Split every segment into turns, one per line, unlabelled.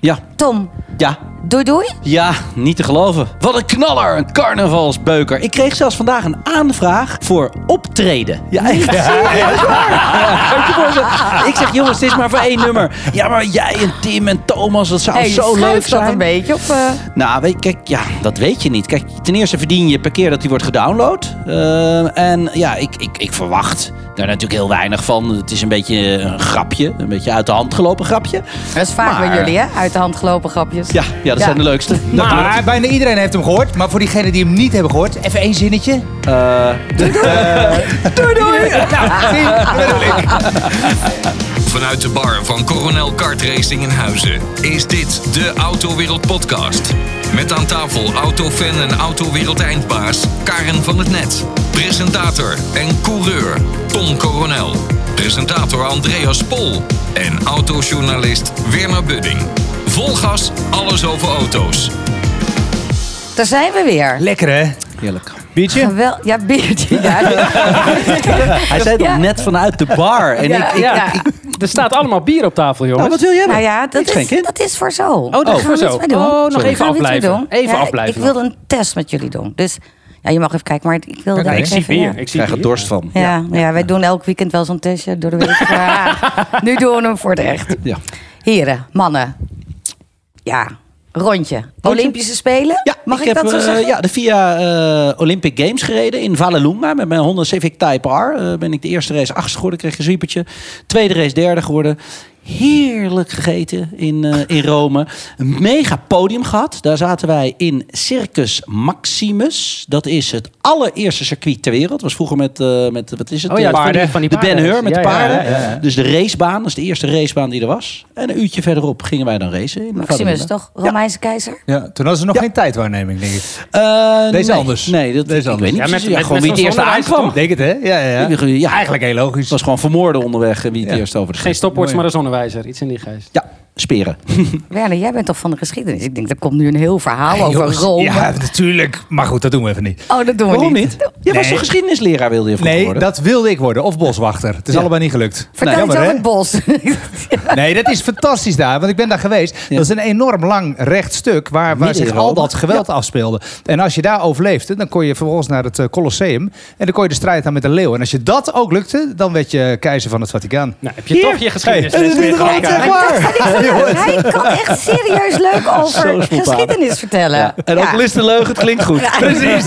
Ja,
Tom,
ja,
doei doei.
ja, niet te geloven. Wat een knaller, een carnavalsbeuker. Ik kreeg zelfs vandaag een aanvraag voor optreden. Ja, echt. Ja, dat is waar. Weet je voor ze- Ik zeg, jongens, het is maar voor één nummer. Ja, maar jij en Tim en Thomas, dat zou
Hey,
zo leuk
schuift dat
zijn.
een beetje op. eh,
Nou, weet, kijk, ja, dat weet je niet. Kijk, ten eerste verdien je per keer dat die wordt gedownload. Eh, en ja, ik, ik, ik verwacht daar natuurlijk heel weinig van. Het is een beetje een grapje, een beetje uit de hand gelopen grapje.
dat is vaak
Maar-
bij jullie, hè? Uit de hand gelopen grapjes.
Ja, ja dat
Ja.
zijn de leukste. Dat
Maar bijna iedereen heeft hem gehoord. Maar voor diegenen die hem niet hebben gehoord, even één zinnetje. Eh,
Vanuit de bar van Coronel Kart Racing in Huizen is dit de Autowereld Podcast. Met aan tafel autofan en autowereld eindbaas Karen van het Net. Presentator en coureur Tom Coronel. Presentator Andreas Pol. En autojournalist Werner Budding. Vol gas, alles over auto's.
Daar zijn we weer.
Lekker hè?
Heerlijk.
Biertje?
Wel, ja, biertje. Ja,
Hij zei het
Ja.
al net vanuit de bar. En
Ja,
ik, ik,
ja.
ik-
Er staat allemaal bier op tafel, jongens.
nou, wat wil jij hebben?
nou ja,
Ik
dat
schenk
is,
in.
dat is voor zo. Oh,
dat is
voor zo. Oh, nog even afblijven. Even afblijven
Ik wilde een test met jullie doen. Dus ja, je mag even kijken, maar ik wilde daar
ik
ook
zie
even-
bier.
ja.
Ik
Ik
zie
krijg er
bier.
dorst van.
Ja, ja, wij doen elk weekend wel zo'n testje door de week. Ja, nu doen we hem voor het echt.
Ja.
Heren, mannen. Ja, rondje. Olympische Spelen?
Ja,
Mag ik, dat
heb,
zo
eh,
zeggen?
ja, de VIA eh, Olympic Games gereden in Vallelunga met mijn Honda Civic Type R. Eh, ben ik de eerste race achtste geworden, kreeg een zwiepertje. Tweede race derde geworden. Heerlijk gegeten in, eh, in Rome. Een mega podium gehad. Daar zaten wij in Circus Maximus. Dat is het allereerste circuit ter wereld. Was vroeger met, eh, met wat is het?
Oh ja,
Eh,
van die- van die
de Ben
paarden.
Hur met
Ja,
de
ja,
paarden.
ja, ja, ja.
Dus de racebaan, dat is de eerste racebaan die er was. En een uurtje verderop gingen wij dan racen. In
Maximus,
Vallelunga.
toch? Romeinse keizer?
Ja, toen was er nog
Ja.
geen tijdwaarneming, denk ik.
Eh,
Deze
nee.
anders.
Nee, dat,
Deze
ik weet
anders.
niet
Ja, met-
precies. Ja,
met-
gewoon
met
wie het
zo'n
eerste
zonnewijzer,
aankwam.
Denk het hè? Ja, ja, ja.
Ja,
Eigenlijk heel logisch.
Het was gewoon vermoorden onderweg eh, wie het
Ja.
eerst over de
Geen
scheen.
stopwoords, maar een zonnewijzer. Iets in die geest.
Ja, speren.
Werner, jij bent toch van de geschiedenis? Ik denk, er komt nu een heel verhaal
Hey,
over
jongens,
Rome.
Ja, natuurlijk. Maar goed, dat doen we even niet.
Oh, dat doen we
Waarom
niet.
niet? Je was
Nee.
toch geschiedenisleraar, wilde je vroeger
Nee,
worden?
dat wilde ik worden. Of boswachter. Het is
Ja.
allebei niet gelukt.
Vertel
Nou,
Nee.
iets over het bos.
Nee, dat is fantastisch daar, want ik ben daar geweest.
Ja.
Dat is een enorm lang recht stuk waar, waar
Midden
zich
in
al
Rome.
dat geweld afspeelde. En als je daar overleefde, dan kon je vervolgens naar het eh, Colosseum. En dan kon je de strijd aan met de leeuw. En als je dat ook lukte, dan werd je keizer van het Vaticaan.
Nou, heb je toch je geschiedenis?
Hey, dit is gewoon zeg maar.
Hij kan echt serieus leuk
Zo
over
spontaan.
geschiedenis vertellen.
Ja. En ook
Ja.
List de Leugen, het klinkt goed.
Precies.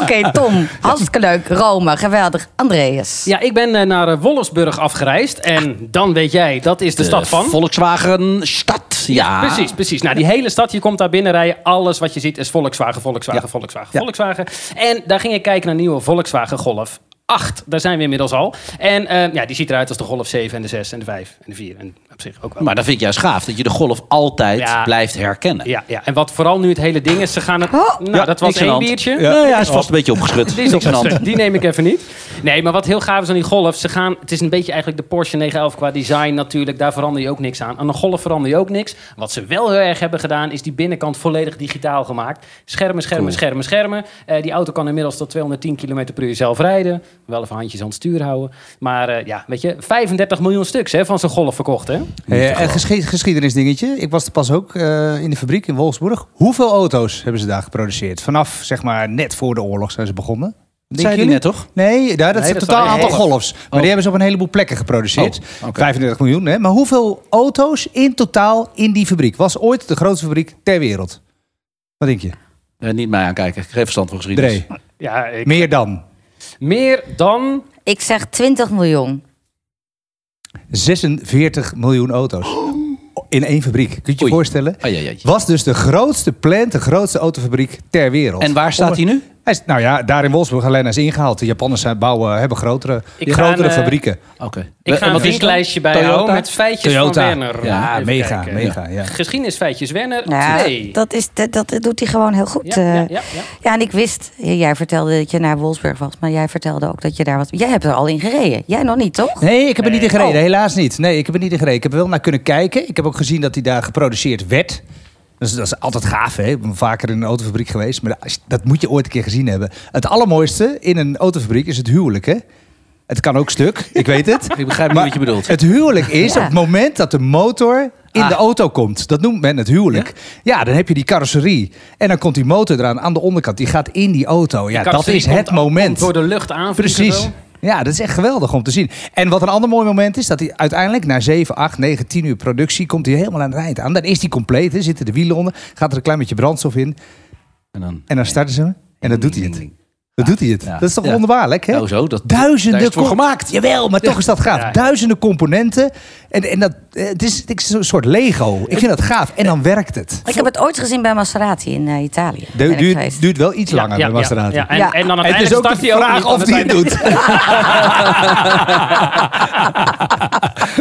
Oké, Tom. Hartstikke leuk. Rome, geweldig. Andreas.
Ja, ik ben eh, naar eh, Wolfsburg afgereisd. En dan weet jij, dat is de, stad van.
Volkswagen Stad. Ja,
Precies, precies. Nou, die hele stad, je komt daar binnenrijden. Alles wat je ziet is Volkswagen, Volkswagen,
Ja.
Volkswagen,
Ja.
Volkswagen. En daar ging ik kijken naar een nieuwe Volkswagen Golf 8. Daar zijn we inmiddels al. En eh, ja, die ziet eruit als de Golf 7 en de 6 en de 5 en de 4. En op zich ook wel.
Maar dat vind ik juist gaaf, dat je de golf altijd
Ja.
blijft herkennen.
ja, ja, en wat vooral nu het hele ding is, ze gaan het... Nou,
Ja,
dat was
niks aan de
één
hand.
biertje.
Ja, ja, hij is vast een beetje opgeschud.
Die, is
Niks aan de hand.
die neem ik even niet. Nee, maar wat heel gaaf is aan die Golf, ze gaan, het is een beetje eigenlijk de Porsche 911 qua design natuurlijk. Daar verander je ook niks aan. Aan een Golf verander je ook niks. Wat ze wel heel erg hebben gedaan, is die binnenkant volledig digitaal gemaakt. Schermen, schermen, schermen, schermen. Eh, die auto kan inmiddels tot 210 km per uur zelf rijden. Wel even handjes aan het stuur houden. Maar eh, ja, weet je, 35 miljoen stuks hè, van zo'n Golf verkocht, hè?
Eh, een gesche- geschiedenisdingetje. Ik was er pas ook eh, in de fabriek in Wolfsburg. Hoeveel auto's hebben ze daar geproduceerd? Vanaf zeg maar net voor de oorlog zijn ze begonnen.
Dat zei je
jullie?
net, toch?
Nee, daar, dat
Nee,
is
dat
een totaal
zijn
aantal
hele-
golfs. Maar die hebben ze op een heleboel plekken geproduceerd.
Oh, oké.
35 miljoen, hè? Maar hoeveel auto's in totaal in die fabriek? Was ooit de grootste fabriek ter wereld. Wat denk je?
Eh, niet mij aankijken, geen verstand van geschiedenis.
Dre,
Ja, ik-
meer dan
meer dan...
Ik zeg 20 miljoen.
46 miljoen auto's. In één fabriek. Kun je je
Oei.
voorstellen?
Ai, ai, ai.
Was dus de grootste plant, de grootste autofabriek ter wereld.
En waar staat hij nu?
Hij is, nou ja, daar in Wolfsburg alleen is ingehaald. De Japanners zijn bouwen, hebben grotere,
Ik ga
grotere
een, eh,
fabrieken.
Oké.
Ik ga
En
een
wat is het dan?
vinklijstje
Toyota?
bijhouden met feitjes
Toyota.
van Werner.
Ja,
Even
Ah, mega,
kijken.
mega. Ja.
Geschiedenisfeitjes Werner
Ja,
2.
dat, is, dat, dat doet hij gewoon heel goed.
Ja, ja,
eh.
ja, ja.
Ja, en ik wist, jij vertelde dat je naar Wolfsburg was, maar jij vertelde ook dat je daar was. Jij hebt er al in gereden. Jij nog niet, toch?
Nee, ik heb er niet in gereden.
Oh.
Helaas niet. Nee, ik heb er niet in gereden. Ik heb er wel naar kunnen kijken. Ik heb ook gezien dat hij daar geproduceerd werd. Dus dat is altijd gaaf, hè? Ik ben vaker in een autofabriek geweest. Maar dat- dat moet je ooit een keer gezien hebben. Het allermooiste in een autofabriek is het huwelijk, hè? Het kan ook stuk, ik weet het.
Ik begrijp niet
Maar
wat je bedoelt.
Het huwelijk is
Ja.
op het moment dat de motor in
Ah.
de auto komt. Dat noemt men het huwelijk. Ja? dan heb je die carrosserie. En dan komt die motor eraan aan de onderkant. Die gaat in die auto. Ja, dat is het moment.
Door de lucht aan.
Precies. Ja, dat is echt geweldig om te zien. En wat een ander mooi moment is, dat hij uiteindelijk na 7, 8, 9, 10 uur productie komt hij helemaal aan het rijden aan. Dan is hij compleet, hè, zitten de wielen onder, gaat er een klein beetje brandstof in
En dan,
en dan starten ze hem en dan doet hij
Mm.
het. Dan doet hij het.
Ja.
Dat is toch
Ja.
wonderbaarlijk, hè?
nou zo, dat,
Duizenden
daar is het voor
kom-
gemaakt.
Jawel, maar toch is dat gaaf.
Ja, ja.
Duizenden componenten. En, en dat, eh, het, is, het is een soort Lego. Ik vind dat gaaf. En dan werkt het.
Ik heb het ooit gezien bij Maserati in eh, Italië. Ben ik
Du- duurt,
geweest.
duurt wel iets langer bij Maserati.
Ja, En,
Ja.
en dan
En het
uiteindelijk
is ook de
start hij ook
vraag
niet,
of
want
die het
uiteindelijk-
doet.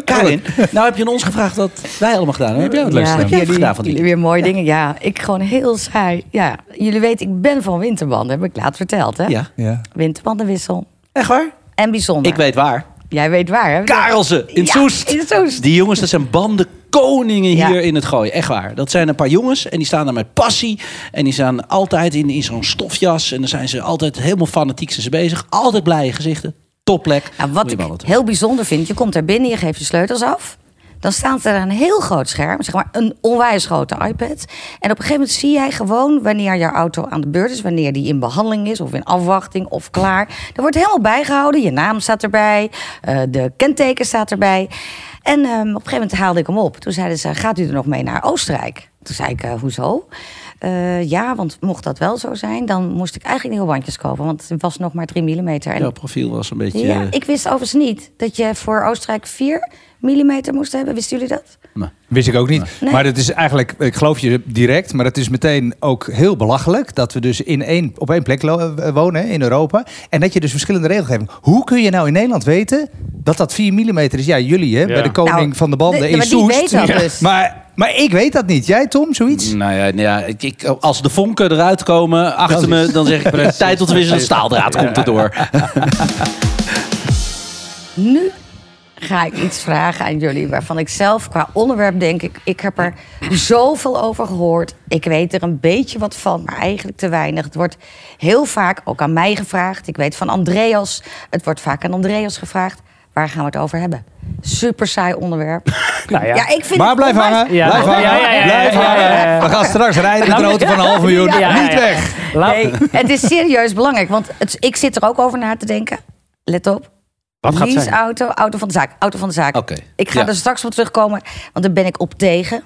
Karin, nou heb je aan ons gevraagd wat wij allemaal gedaan hebben. Heb jij wat leuks gedaan?
ja,
Heb jij
jullie,
wat gedaan van die?
jullie weer mooie dingen. Ja, ik gewoon heel saai. Ja, jullie weten, ik ben van winterbanden, heb ik laat verteld, hè?
Ja,
Ja.
Winterbandenwissel.
echt waar?
En bijzonder.
Ik weet waar.
Jij weet waar, hè?
Karelsen in
Ja,
Soest.
in Soest.
Die jongens, dat zijn banden koningen
Ja.
hier in het gooien. Echt waar. Dat zijn een paar jongens en die staan daar met passie. En die staan altijd in, in zo'n stofjas. En dan zijn ze altijd helemaal fanatiek zijn ze bezig. Altijd blije gezichten. Topplek.
Nou,
Moet
wat
je
ik
ballen toe.
heel bijzonder vind, je komt daar binnen, je geeft je sleutels af. Dan staan ze daar een heel groot scherm, zeg maar een onwijs grote iPad. En op een gegeven moment zie jij gewoon wanneer jouw auto aan de beurt is, wanneer die in behandeling is of in afwachting of klaar. Er wordt helemaal bijgehouden, je naam staat erbij, eh, de kenteken staat erbij. En ehm, op een gegeven moment haalde ik hem op. Toen zeiden ze, gaat u er nog mee naar Oostenrijk? Toen zei ik, eh, hoezo? Eh, ja, want mocht dat wel zo zijn, dan moest ik eigenlijk nieuwe bandjes kopen. Want het was nog maar 3 mm. En
Jouw profiel was een beetje...
ja,
eh,
ik wist overigens niet dat je voor Oostenrijk 4 mm moest hebben. Wisten jullie dat?
nou.
Wist ik ook niet.
Nee.
Maar het is eigenlijk, ik geloof je direct, maar het is meteen ook heel belachelijk dat we dus in één, op één plek lo- eh, wonen hè, in Europa. En dat je dus verschillende regelgeving. Hoe kun je nou in Nederland weten dat dat 4 mm is? Ja, jullie hè, bij de koning
Nou,
van de banden
de-
in
maar die
Soest.
weet dat dus. Mm.
Maar, maar ik weet dat niet. Jij Tom, zoiets?
Nou ja, nou ja ik, ik- als de vonken eruit komen achter
Dat
me,
is-
dan zeg ik tijd tot we wisselen. Staaldraad komt erdoor.
Nu ga ik iets vragen aan jullie waarvan ik zelf qua onderwerp denk ik... ik heb er zoveel over gehoord. Ik weet er een beetje wat van, maar eigenlijk te weinig. Het wordt heel vaak ook aan mij gevraagd. Ik weet van Andreas. Het wordt vaak aan Andreas gevraagd. Waar gaan we het over hebben? Super saai onderwerp.
Nou ja.
Ja, ik vind
Maar
het
blijf
onwijs-
hangen.
Ja.
Blijf
Ja,
hangen.
ja, ja, ja,
Blijf
ja, ja,
hangen.
ja, ja.
We gaan straks rijden met een auto van een half miljoen.
Ja, ja, ja.
Niet weg.
Laat-
Nee, het is serieus belangrijk, want het, ik zit er ook over na te denken. Let op.
Wat gaat zijn?
auto, auto van de zaak, auto van de zaak.
Oké,
Ik ga
ja.
er straks op terugkomen, want daar ben ik op tegen.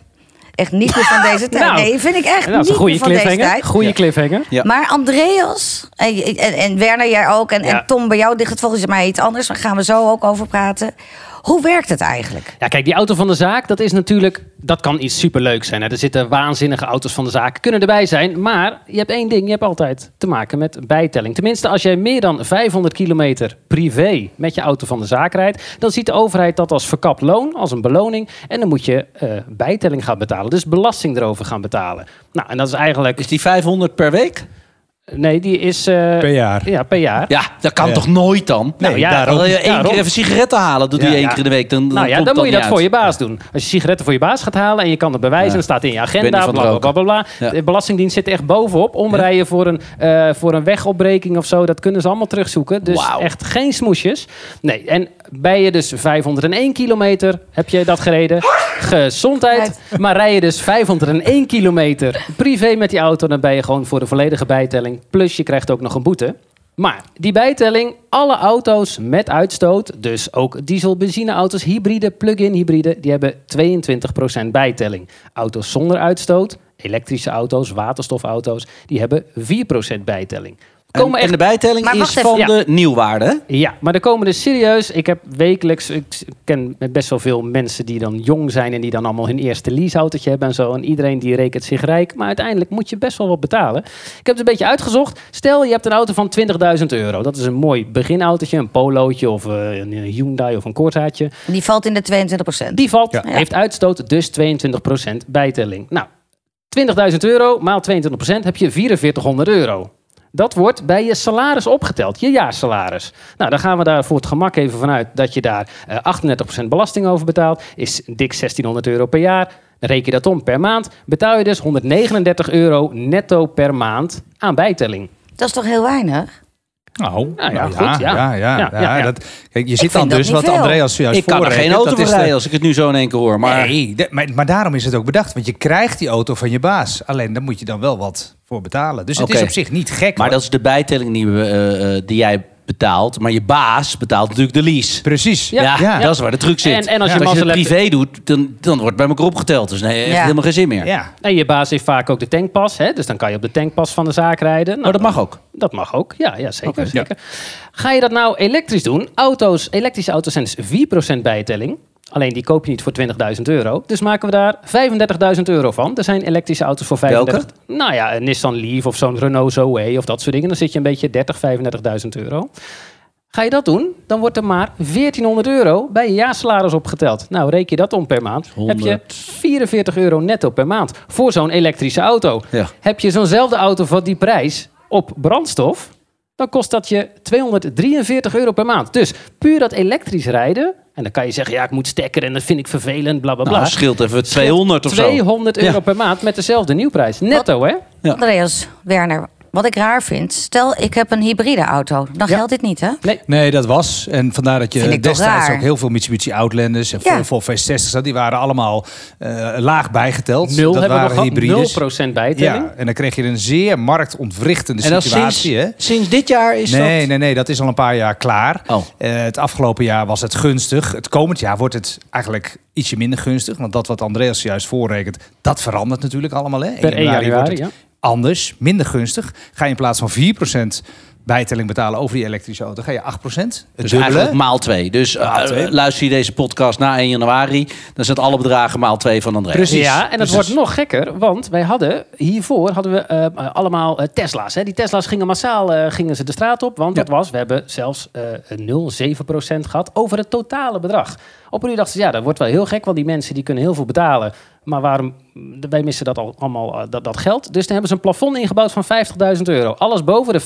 Echt niet meer van deze tijd.
Nou,
nee, vind ik echt
Dat is een
niet
goede
meer van deze
cliffhanger.
tijd.
Goede cliffhanger.
Ja.
Maar Andreas en, en, en Werner, jij ook. En,
Ja.
en Tom, bij jou ligt het volgens mij iets anders. Daar gaan we zo ook over praten. Hoe werkt het eigenlijk?
Ja, kijk, die auto van de zaak, dat is natuurlijk... Dat kan iets superleuks zijn. Hè? Er zitten waanzinnige auto's van de zaak, kunnen erbij zijn. Maar je hebt één ding, je hebt altijd te maken met bijtelling. Tenminste, als jij meer dan 500 kilometer privé met je auto van de zaak rijdt... dan ziet de overheid dat als verkapt loon, als een beloning. En dan moet je eh, bijtelling gaan betalen. Dus belasting erover gaan betalen. Nou, en dat is eigenlijk...
Is die 500 per week?
Nee, die is... eh,
Per jaar.
Ja, per jaar.
Ja, dat kan
Ja.
toch nooit dan?
Nou ja,
Dan wil je één
daarom.
keer even sigaretten halen, doe je
Ja.
één keer in de week. Dan, dan
Nou ja,
komt
dan moet je
niet
dat
uit.
voor je baas doen. Als je sigaretten voor je baas gaat halen en je kan het bewijzen,
Ja.
dan staat in je
ben niet
agenda,
van het
bla bla bla. bla.
Ja.
De Belastingdienst zit echt bovenop. Omrijden voor, een, eh, voor een wegopbreking of zo, dat kunnen ze allemaal terugzoeken. Dus
Wauw.
echt geen smoesjes. Nee, en bij je dus 501 kilometer, heb je dat gereden? Gezondheid. Maar rij je dus 501 kilometer privé met die auto, dan ben je gewoon voor de volledige bijtelling. Plus je krijgt ook nog een boete. Maar die bijtelling, alle auto's met uitstoot, dus ook diesel, benzineauto's, hybride, plug-in hybride, die hebben 22% bijtelling. Auto's zonder uitstoot, elektrische auto's, waterstofauto's, die hebben 4% bijtelling.
En,
Komen
en
echt
de bijtelling
Maar
is
wacht even,
van
ja.
de nieuwwaarde. Nou, hè?
ja, maar er komen dus serieus. Ik heb wekelijks. Ik s- ken met best wel veel mensen die dan jong zijn. en die dan allemaal hun eerste leaseautootje hebben en zo. En iedereen die rekent zich rijk. Maar uiteindelijk moet je best wel wat betalen. Ik heb het een beetje uitgezocht. Stel je hebt een auto van 20.000 euro. Dat is een mooi beginautootje. Een polootje of eh, een Hyundai of een Corsaatje.
Die valt in de 22 procent.
Eh, Die valt,
Ja.
heeft uitstoot, dus 22% bijtelling. Nou, 20.000 euro maal 22% heb je 4400 euro. Dat wordt bij je salaris opgeteld, je jaarsalaris. Nou, dan gaan we daar voor het gemak even vanuit dat je daar eh, 38% belasting over betaalt. Is dik 1600 euro per jaar. Reken dat om per maand. Betaal je dus 139 euro netto per maand aan bijtelling.
Dat is toch heel weinig?
Nou,
ja,
nou
goed, ja.
ja, ja,
Ja,
ja,
ja, ja.
Dat, kijk, je ziet dan
vind dat
dus
niet
wat
veel.
Andreas juist
ik kan er
voorrekent,
geen auto
dat
voor
is de-
rijden als ik het nu zo in één keer hoor. Maar
Nee, de- maar, maar daarom is het ook bedacht. Want je krijgt die auto van je baas. Alleen daar moet je dan wel wat voor betalen. Dus het
Oké.
is op zich niet gek.
Maar
hoor.
dat is de bijtelling die, we, eh, eh, die jij betaalt. Maar je baas betaalt natuurlijk de lease.
Precies.
Ja,
Ja.
dat is waar de truc zit.
En- en als je
het
mazzel hebt-
privé doet, dan, dan wordt het bij elkaar opgeteld. Dus nee, echt
Ja.
helemaal geen zin meer. Nou,
Ja.
En je baas heeft vaak ook de tankpas, hè? dus dan kan je op de tankpas van de zaak rijden. Nou,
Oh, dat mag ook.
Dat mag ook, ja, ja zeker.
Oké.
zeker. Ga je dat nou elektrisch doen? Auto's, elektrische auto's zijn dus 4% bijtelling. Alleen die koop je niet voor 20.000 euro. Dus maken we daar 35.000 euro van. Er zijn elektrische auto's voor 35. Nou ja, een Nissan Leaf of zo'n Renault Zoe of dat soort dingen. Dan zit je een beetje 30, 35.000 euro. Ga je dat doen, dan wordt er maar 1400 euro bij je jaarsalaris opgeteld. Nou, reken je dat om per maand. Heb je
100.
44 euro netto per maand voor zo'n elektrische auto.
Ja.
Heb je zo'nzelfde auto van die prijs op brandstof, dan kost dat je 243 euro per maand. Dus puur dat elektrisch rijden, en dan kan je zeggen, ja, ik moet stekker en dat vind ik vervelend, bla bla bla.
Nou, scheelt even 200 of zo.
200 euro
Ja.
per maand met dezelfde nieuwprijs. Netto, hè?
Ja.
Andreas, Werner, wat ik raar vind. Stel, ik heb een hybride auto. Dan
Ja.
geldt dit niet, hè?
Nee, dat was. En vandaar dat
Vind
je
ik toch
destijds
raar.
ook heel veel Mitsubishi Outlanders en
Ja.
veel Volvo V60's, die waren allemaal eh, laag bijgeteld.
Nul
dat
hebben we nog
waren
gehad,
hybrides.
0% bijtelling.
Ja, en dan kreeg je een zeer marktontwrichtende
En dat is sinds,
situatie. hè?
sinds dit jaar is
nee,
dat...
nee, nee, dat is al een paar jaar klaar.
Oh.
Eh, het afgelopen jaar was het gunstig. Het komend jaar wordt het eigenlijk ietsje minder gunstig. Want dat wat Andreas juist voorrekent, dat verandert natuurlijk allemaal. Hè? 1
Per 1 januari,
wordt het
ja.
anders, minder gunstig. Ga je in plaats van 4% bijtelling betalen over die elektrische auto, ga je 8%. Het
Dus
dubbele.
eigenlijk maal twee. Dus eh,
Maal twee.
luister je deze podcast na 1 januari, dan zijn alle bedragen maal twee van Nou, André.
Precies.
Eh, Ja, en dat
precies.
wordt nog gekker, want wij hadden hiervoor hadden we eh, eh, allemaal eh, Tesla's. Hè. Die Tesla's gingen massaal eh, gingen ze de straat op, want dat was, we hebben zelfs eh 0,7% gehad over het totale bedrag. Op een uur dachten ze, ja, dat wordt wel heel gek, want die mensen die kunnen heel veel betalen. Maar waarom, mm, wij missen dat al allemaal, eh, dat, dat geld. Dus dan hebben ze een plafond ingebouwd van 50.000 euro. Alles boven de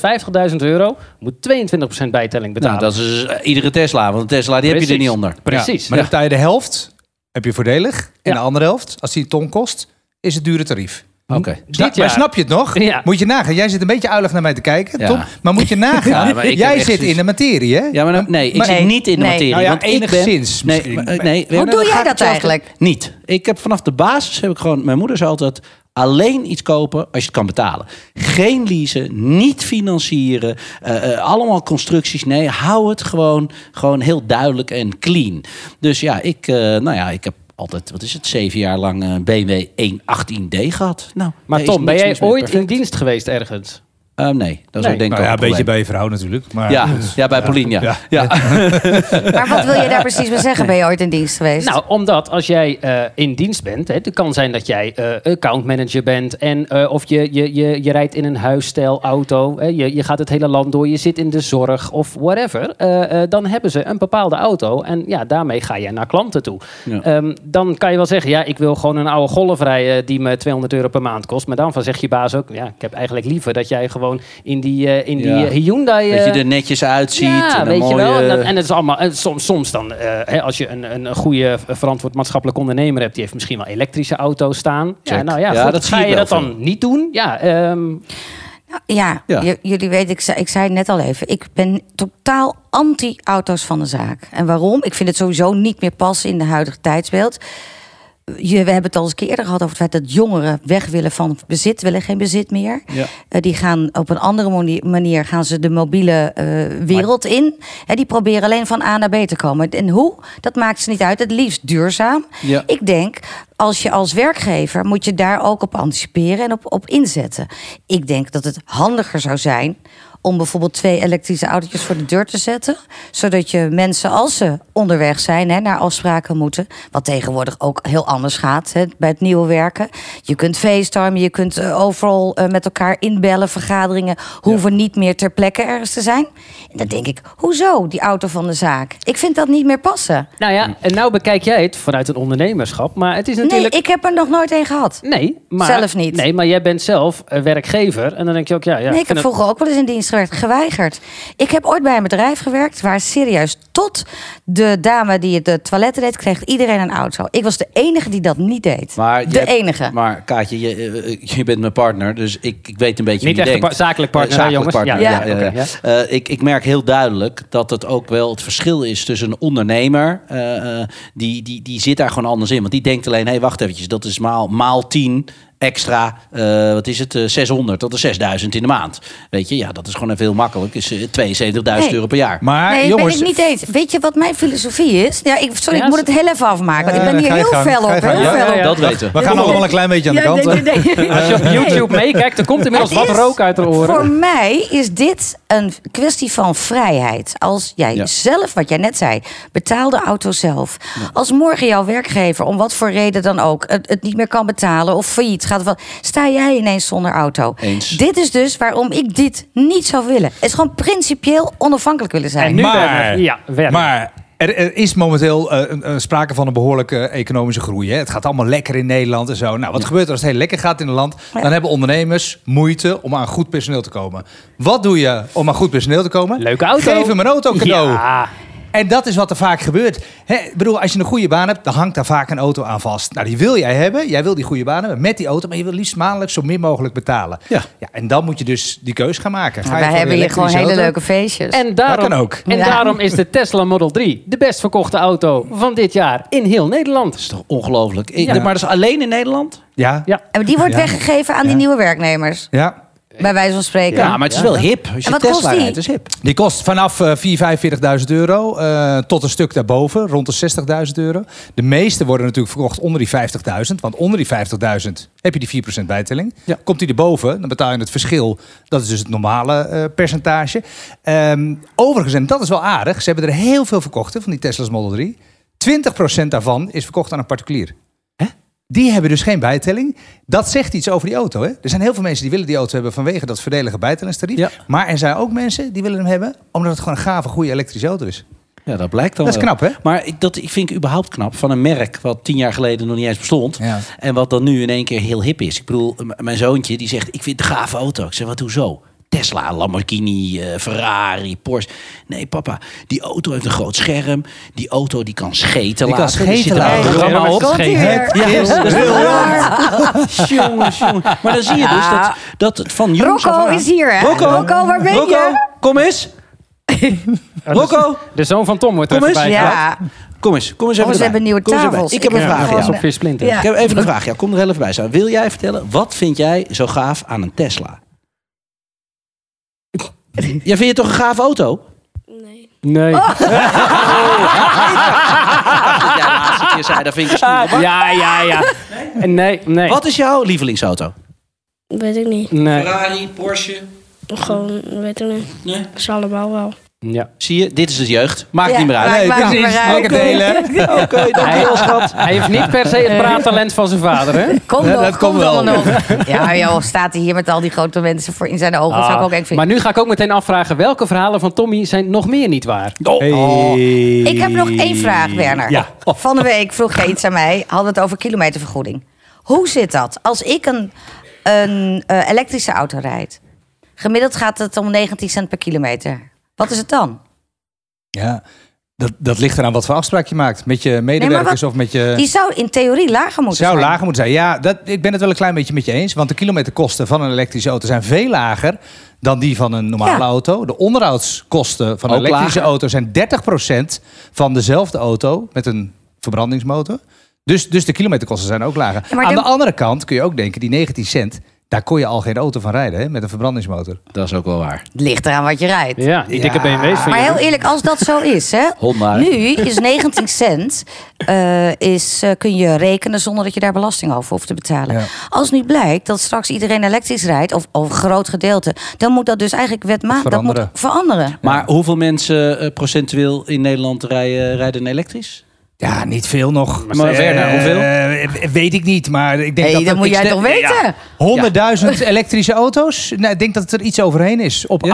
50.000 euro moet 22% bijtelling
Nou,
betalen.
dat is dus, eh, iedere Tesla, want een Tesla die heb je er
Precies.
niet onder.
Precies.
Ja, maar dan betaal je de helft, heb je voordelig. En
Ja.
de andere helft, als die een ton kost, is het dure tarief.
Oké.
Sna-
Dit jaar.
Maar snap je het nog?
Ja.
Moet je nagaan. Jij zit een beetje uilig naar mij te kijken,
Ja.
Tom. Maar moet je nagaan.
Ja, maar ik heb
Jij
echt
zit
zoiets-
in de materie, hè?
Ja, maar dan- nee, ik
Maar-
zit niet in de
Nee.
materie.
Nou ja,
want ik ben,
enigszins
nee,
misschien.
maar- eh, nee, Werner,
doe
dan
jij
ga ik
dat
hetzelfde-
eigenlijk?
Niet. Ik heb vanaf de basis heb ik gewoon. Mijn moeder zei altijd: alleen iets kopen als je het kan betalen. Geen leasen, niet financieren, eh, eh, allemaal constructies. Nee, hou het gewoon, gewoon heel duidelijk en clean. Dus ja, ik, eh, nou ja, ik heb altijd, wat is het, zeven jaar lang eh, BMW 118D gehad. Nou,
maar
daar is
Tom, ben
niks
jij
mis mee
ooit in
perfect.
dienst geweest ergens?
Eh, nee, dat is
Nee.
ook denk ik ook
Nou ja, een beetje
probleem.
bij je vrouw natuurlijk. Maar
Ja, ja, bij Paulien, ja. ja.
Ja.
Maar wat wil je daar precies mee zeggen? Ben je ooit in dienst geweest?
Nou, omdat als jij eh, in dienst bent, hè, het kan zijn dat jij eh accountmanager bent en eh, of je, je, je, je rijdt in een huisstijl auto, hè, je, je gaat het hele land door, je zit in de zorg of whatever, eh, eh, dan hebben ze een bepaalde auto en ja, daarmee ga jij naar klanten toe.
Ja.
Ehm, dan kan je wel zeggen, ja, ik wil gewoon een oude Golf rijden die me 200 euro per maand kost, maar dan van zeg je baas ook, ja, ik heb eigenlijk liever dat jij gewoon in die, eh, in die
Ja.
eh, Hyundai...
Dat je
eh,
er netjes uitziet. en
ja,
een
weet
mooie...
je wel. En, dat, en het is allemaal, en soms, soms dan, eh, hè, als je een, een goede eh, verantwoord maatschappelijk ondernemer hebt, die heeft misschien wel elektrische auto's staan. Ja,
Check.
nou ja,
Ja,
goed,
dat zie
ga
ik
je
wel
dat dan niet doen? Ja, ehm,
Ja,
Ja.
j- jullie weten, ik zei, ik zei het net al even. Ik ben totaal anti-auto's van de zaak. En waarom? Ik vind het sowieso niet meer passen in de huidige tijdsbeeld. Je, we hebben het al eens een keer eerder gehad over het feit dat jongeren weg willen van bezit, willen geen bezit meer.
Ja.
Eh, die gaan op een andere moni- manier gaan ze de mobiele eh, wereld in. Hè, die proberen alleen van A naar B te komen. En hoe? Dat maakt ze niet uit. Het liefst duurzaam.
Ja.
Ik denk, als je als werkgever moet je daar ook op anticiperen en op, op inzetten. Ik denk dat het handiger zou zijn om bijvoorbeeld twee elektrische autootjes voor de deur te zetten. Zodat je mensen, als ze onderweg zijn, hè, naar afspraken moeten... wat tegenwoordig ook heel anders gaat hè, bij het nieuwe werken. Je kunt facetimen, je kunt eh, overal eh, met elkaar inbellen, vergaderingen... hoeven niet meer ter plekke ergens te zijn. En dan denk ik, hoezo die auto van de zaak? Ik vind dat niet meer passen.
nou ja, en nou bekijk jij het vanuit een ondernemerschap, maar het is
Nee,
natuurlijk...
ik heb er nog nooit een gehad.
Nee, maar,
Zelf niet.
Nee, maar jij bent zelf eh, werkgever. En dan denk je ook, ja, ja
nee,
ik
ik heb
vind het-
vroeger ook wel eens in dienst werd geweigerd. Ik heb ooit bij een bedrijf gewerkt waar serieus tot de dame die de toiletten deed, kreeg iedereen een auto. Ik was de enige die dat niet deed.
Maar je
de
hebt-
enige.
Maar Kaatje, je, eh, je bent mijn partner, dus ik, ik weet een beetje
Niet
hoe je
echt een
denkt.
par- zakelijk partner,
Eh,
hè,
zakelijk
jongens?
partner,
Ja,
ja,
ja,
ja, ja. Eh, ik, ik merk heel duidelijk dat het ook wel het verschil is tussen een ondernemer, eh, eh, die, die, die zit daar gewoon anders in. Want die denkt alleen, hé, hey, wacht eventjes, dat is maal, maal 10 extra, eh, wat is het, eh, 600, dat is 6000 in de maand. Weet je, ja, dat is gewoon even heel makkelijk, is eh, 72.000
Nee.
euro per jaar.
Maar
nee,
jongens,
ben ik niet eens. Weet je wat mijn filosofie is? Ja, ik, sorry,
Ja,
ik moet
ze-
het heel even afmaken. Want
Ja,
ik ben
ga
hier
je
heel
gang,
fel
ga
op.
je
Heel fel
gang.
Ja,
op.
ja, ja.
dat weten
we
we.
gaan nog wel een klein beetje aan de kant.
nee, nee, nee.
Als je op YouTube meekijkt, dan komt inmiddels wat
Het is-
rook uit de oren.
Voor mij is dit een kwestie van vrijheid. Als jij
Ja.
zelf, wat jij net zei, betaal de auto zelf. Als morgen jouw werkgever, om wat voor reden dan ook, het, het niet meer kan betalen of failliet gaat, wat, sta jij ineens zonder auto.
Eens.
Dit is dus waarom ik dit niet zou willen. Het is gewoon principieel onafhankelijk willen zijn.
En nu
maar,
werden- ja, werden.
maar er, er is momenteel eh, een- een sprake van een behoorlijke economische groei. Hè? Het gaat allemaal lekker in Nederland en zo. Nou, wat gebeurt er als het heel lekker gaat in een land?
Ja.
Dan hebben ondernemers moeite om aan goed personeel te komen. Wat doe je om aan goed personeel te komen?
Leuke auto.
Geef hem een auto cadeau.
Ja.
En dat is wat er vaak gebeurt. Hè, ik bedoel, als je een goede baan hebt, dan hangt daar vaak een auto aan vast. Nou, die wil jij hebben. Jij wil die goede baan hebben met die auto, maar je wil liefst maandelijks zo min mogelijk betalen.
Ja.
en dan moet je dus die keus gaan maken. Ga je
wij
voor
hebben
een
hier gewoon hele
elektrische auto?
leuke feestjes.
En daarom,
Dat kan ook.
En
Ja.
daarom is de Tesla Model 3 de best verkochte auto van dit jaar in heel Nederland.
Dat is toch ongelooflijk. Ik-
Ja.
Maar dat is alleen in Nederland?
Ja.
Ja.
En die wordt
Ja.
weggegeven aan
Ja.
die nieuwe werknemers.
ja.
Bij wijze van spreken.
Ja, maar het is wel hip. Als je
En wat kost
Tesla
die?
rijdt, is hip.
Die kost vanaf eh, 4 45.000 euro eh, tot een stuk daarboven, rond de 60.000 euro. De meeste worden natuurlijk verkocht onder die 50.000. Want onder die 50.000 heb je die 4% bijtelling.
Ja.
Komt die erboven, dan betaal je het verschil. Dat is dus het normale eh, percentage. Ehm, overigens, en dat is wel aardig, ze hebben er heel veel verkocht hè, van die Tesla's Model 3. 20% daarvan is verkocht aan een particulier. Die hebben dus geen bijtelling. Dat zegt iets over die auto. Hè? Er zijn heel veel mensen die willen die auto hebben vanwege dat voordelige bijtellingstarief.
Ja.
Maar er zijn ook mensen die willen hem hebben omdat het gewoon een gave, goede elektrische auto is.
Ja, dat blijkt dan
Dat is
wel.
knap, hè?
Maar ik, dat, ik vind het überhaupt knap van een merk wat tien jaar geleden nog niet eens bestond.
Ja.
En wat dan nu in één keer heel hip is. Ik bedoel, m- mijn zoontje die zegt, ik vind het een gave auto. Ik zeg, wat, hoezo? Tesla, Lamborghini, eh, Ferrari, Porsche. Nee, papa, die auto heeft een groot scherm. Die auto die kan scheten
Die kan
laten. Dus
scheten
zit er
laten.
een programma
Ja,
op.
dat is
Komt-ie
geen-
weer.
Ja, dat is briljant. Jongens, jongens. Maar dan zie je dus dat, dat het van jongs af
Rocco
aan-
is hier, hè?
Rocco,
Rocco, waar ben je?
Rocco, kom eens. Rocco,
De zoon van Tom wordt er
Kom
even
eens.
bij.
Ja.
kom eens. Kom eens even
Oh,
erbij.
ze hebben nieuwe
Kom eens erbij.
tafels.
Ik heb een
Ja,
vraag.
gewoon
Ja.
Als op visplinter.
Ja.
Ik heb even een vraag. Ja, kom er heel even bij staan. Wil jij vertellen, wat vind jij zo gaaf aan een Tesla? Jij vindt het toch een gaaf auto?
Nee.
Nee.
Oh.
Ja, de laatste keer zei dat vind ik stoer.
Ja, ja, ja. Nee, nee.
Wat is jouw lievelingsauto?
Weet ik niet.
Nee.
Ferrari, Porsche.
Gewoon, weet ik niet.
Nee.
Is allemaal wel.
Ja.
Zie je, dit is de jeugd. Maakt
Ja,
niet meer uit.
maakt- maakt niet meer uit.
Lekker delen.
Oké, dankjewel schat.
Hij heeft niet per se het praattalent van zijn vader, hè?
Kom
Ja,
nog,
dat
kom
komt wel.
dan nog. Ja, joh, staat hij hier met al die grote mensen voor in zijn ogen. Dat zou ik ook eng vinden.
maar nu ga ik ook meteen afvragen, welke verhalen van Tommy zijn nog meer niet waar?
Ik heb nog één vraag, Werner. Van de week vroeg je iets aan mij. Hadden we het over kilometervergoeding. Hoe zit dat? Als ik een, een eh, elektrische auto rijd, gemiddeld gaat het om 19 cent per kilometer. Wat is het dan?
Ja, dat, dat ligt eraan wat voor afspraak je maakt. Met je medewerkers
wat-
of met je...
Die zou in theorie lager moeten
zou
zijn.
lager moeten zijn. Ja, dat, ik ben het wel een klein beetje met je eens. Want de kilometerkosten van een elektrische auto zijn veel lager dan die van een normale
Ja.
auto. De onderhoudskosten van een
Ook
elektrische
lager.
auto zijn 30% van dezelfde auto met een verbrandingsmotor. Dus, dus de kilometerkosten zijn ook lager.
Ja, maar
Aan de
dan-
andere kant kun je ook denken, die 19 cent, daar kon je al geen auto van rijden hè, met een verbrandingsmotor.
Dat is ook wel waar.
Het ligt eraan wat je rijdt.
Ja, die dikke BMW's van
Maar
jullie.
heel eerlijk, als dat zo is, hè,
Honda, hè?
nu is 19 cent, eh, is, eh, kun je rekenen zonder dat je daar belasting over hoeft te betalen.
Ja.
Als nu blijkt dat straks iedereen elektrisch rijdt, of, of een groot gedeelte, dan moet dat dus eigenlijk wetmatig dat moet
Veranderen.
veranderen.
Maar hoeveel mensen eh, procentueel in Nederland rijden, rijden elektrisch?
Ja, niet veel nog.
Maar Werner,
Eh,
hoeveel?
eh, weet ik niet, maar ik denk
Hey,
dat...
dat moet
ik
jij
stem-
toch weten?
Ja. 100.000 elektrische auto's. Nou, ik denk dat er iets overheen is. Op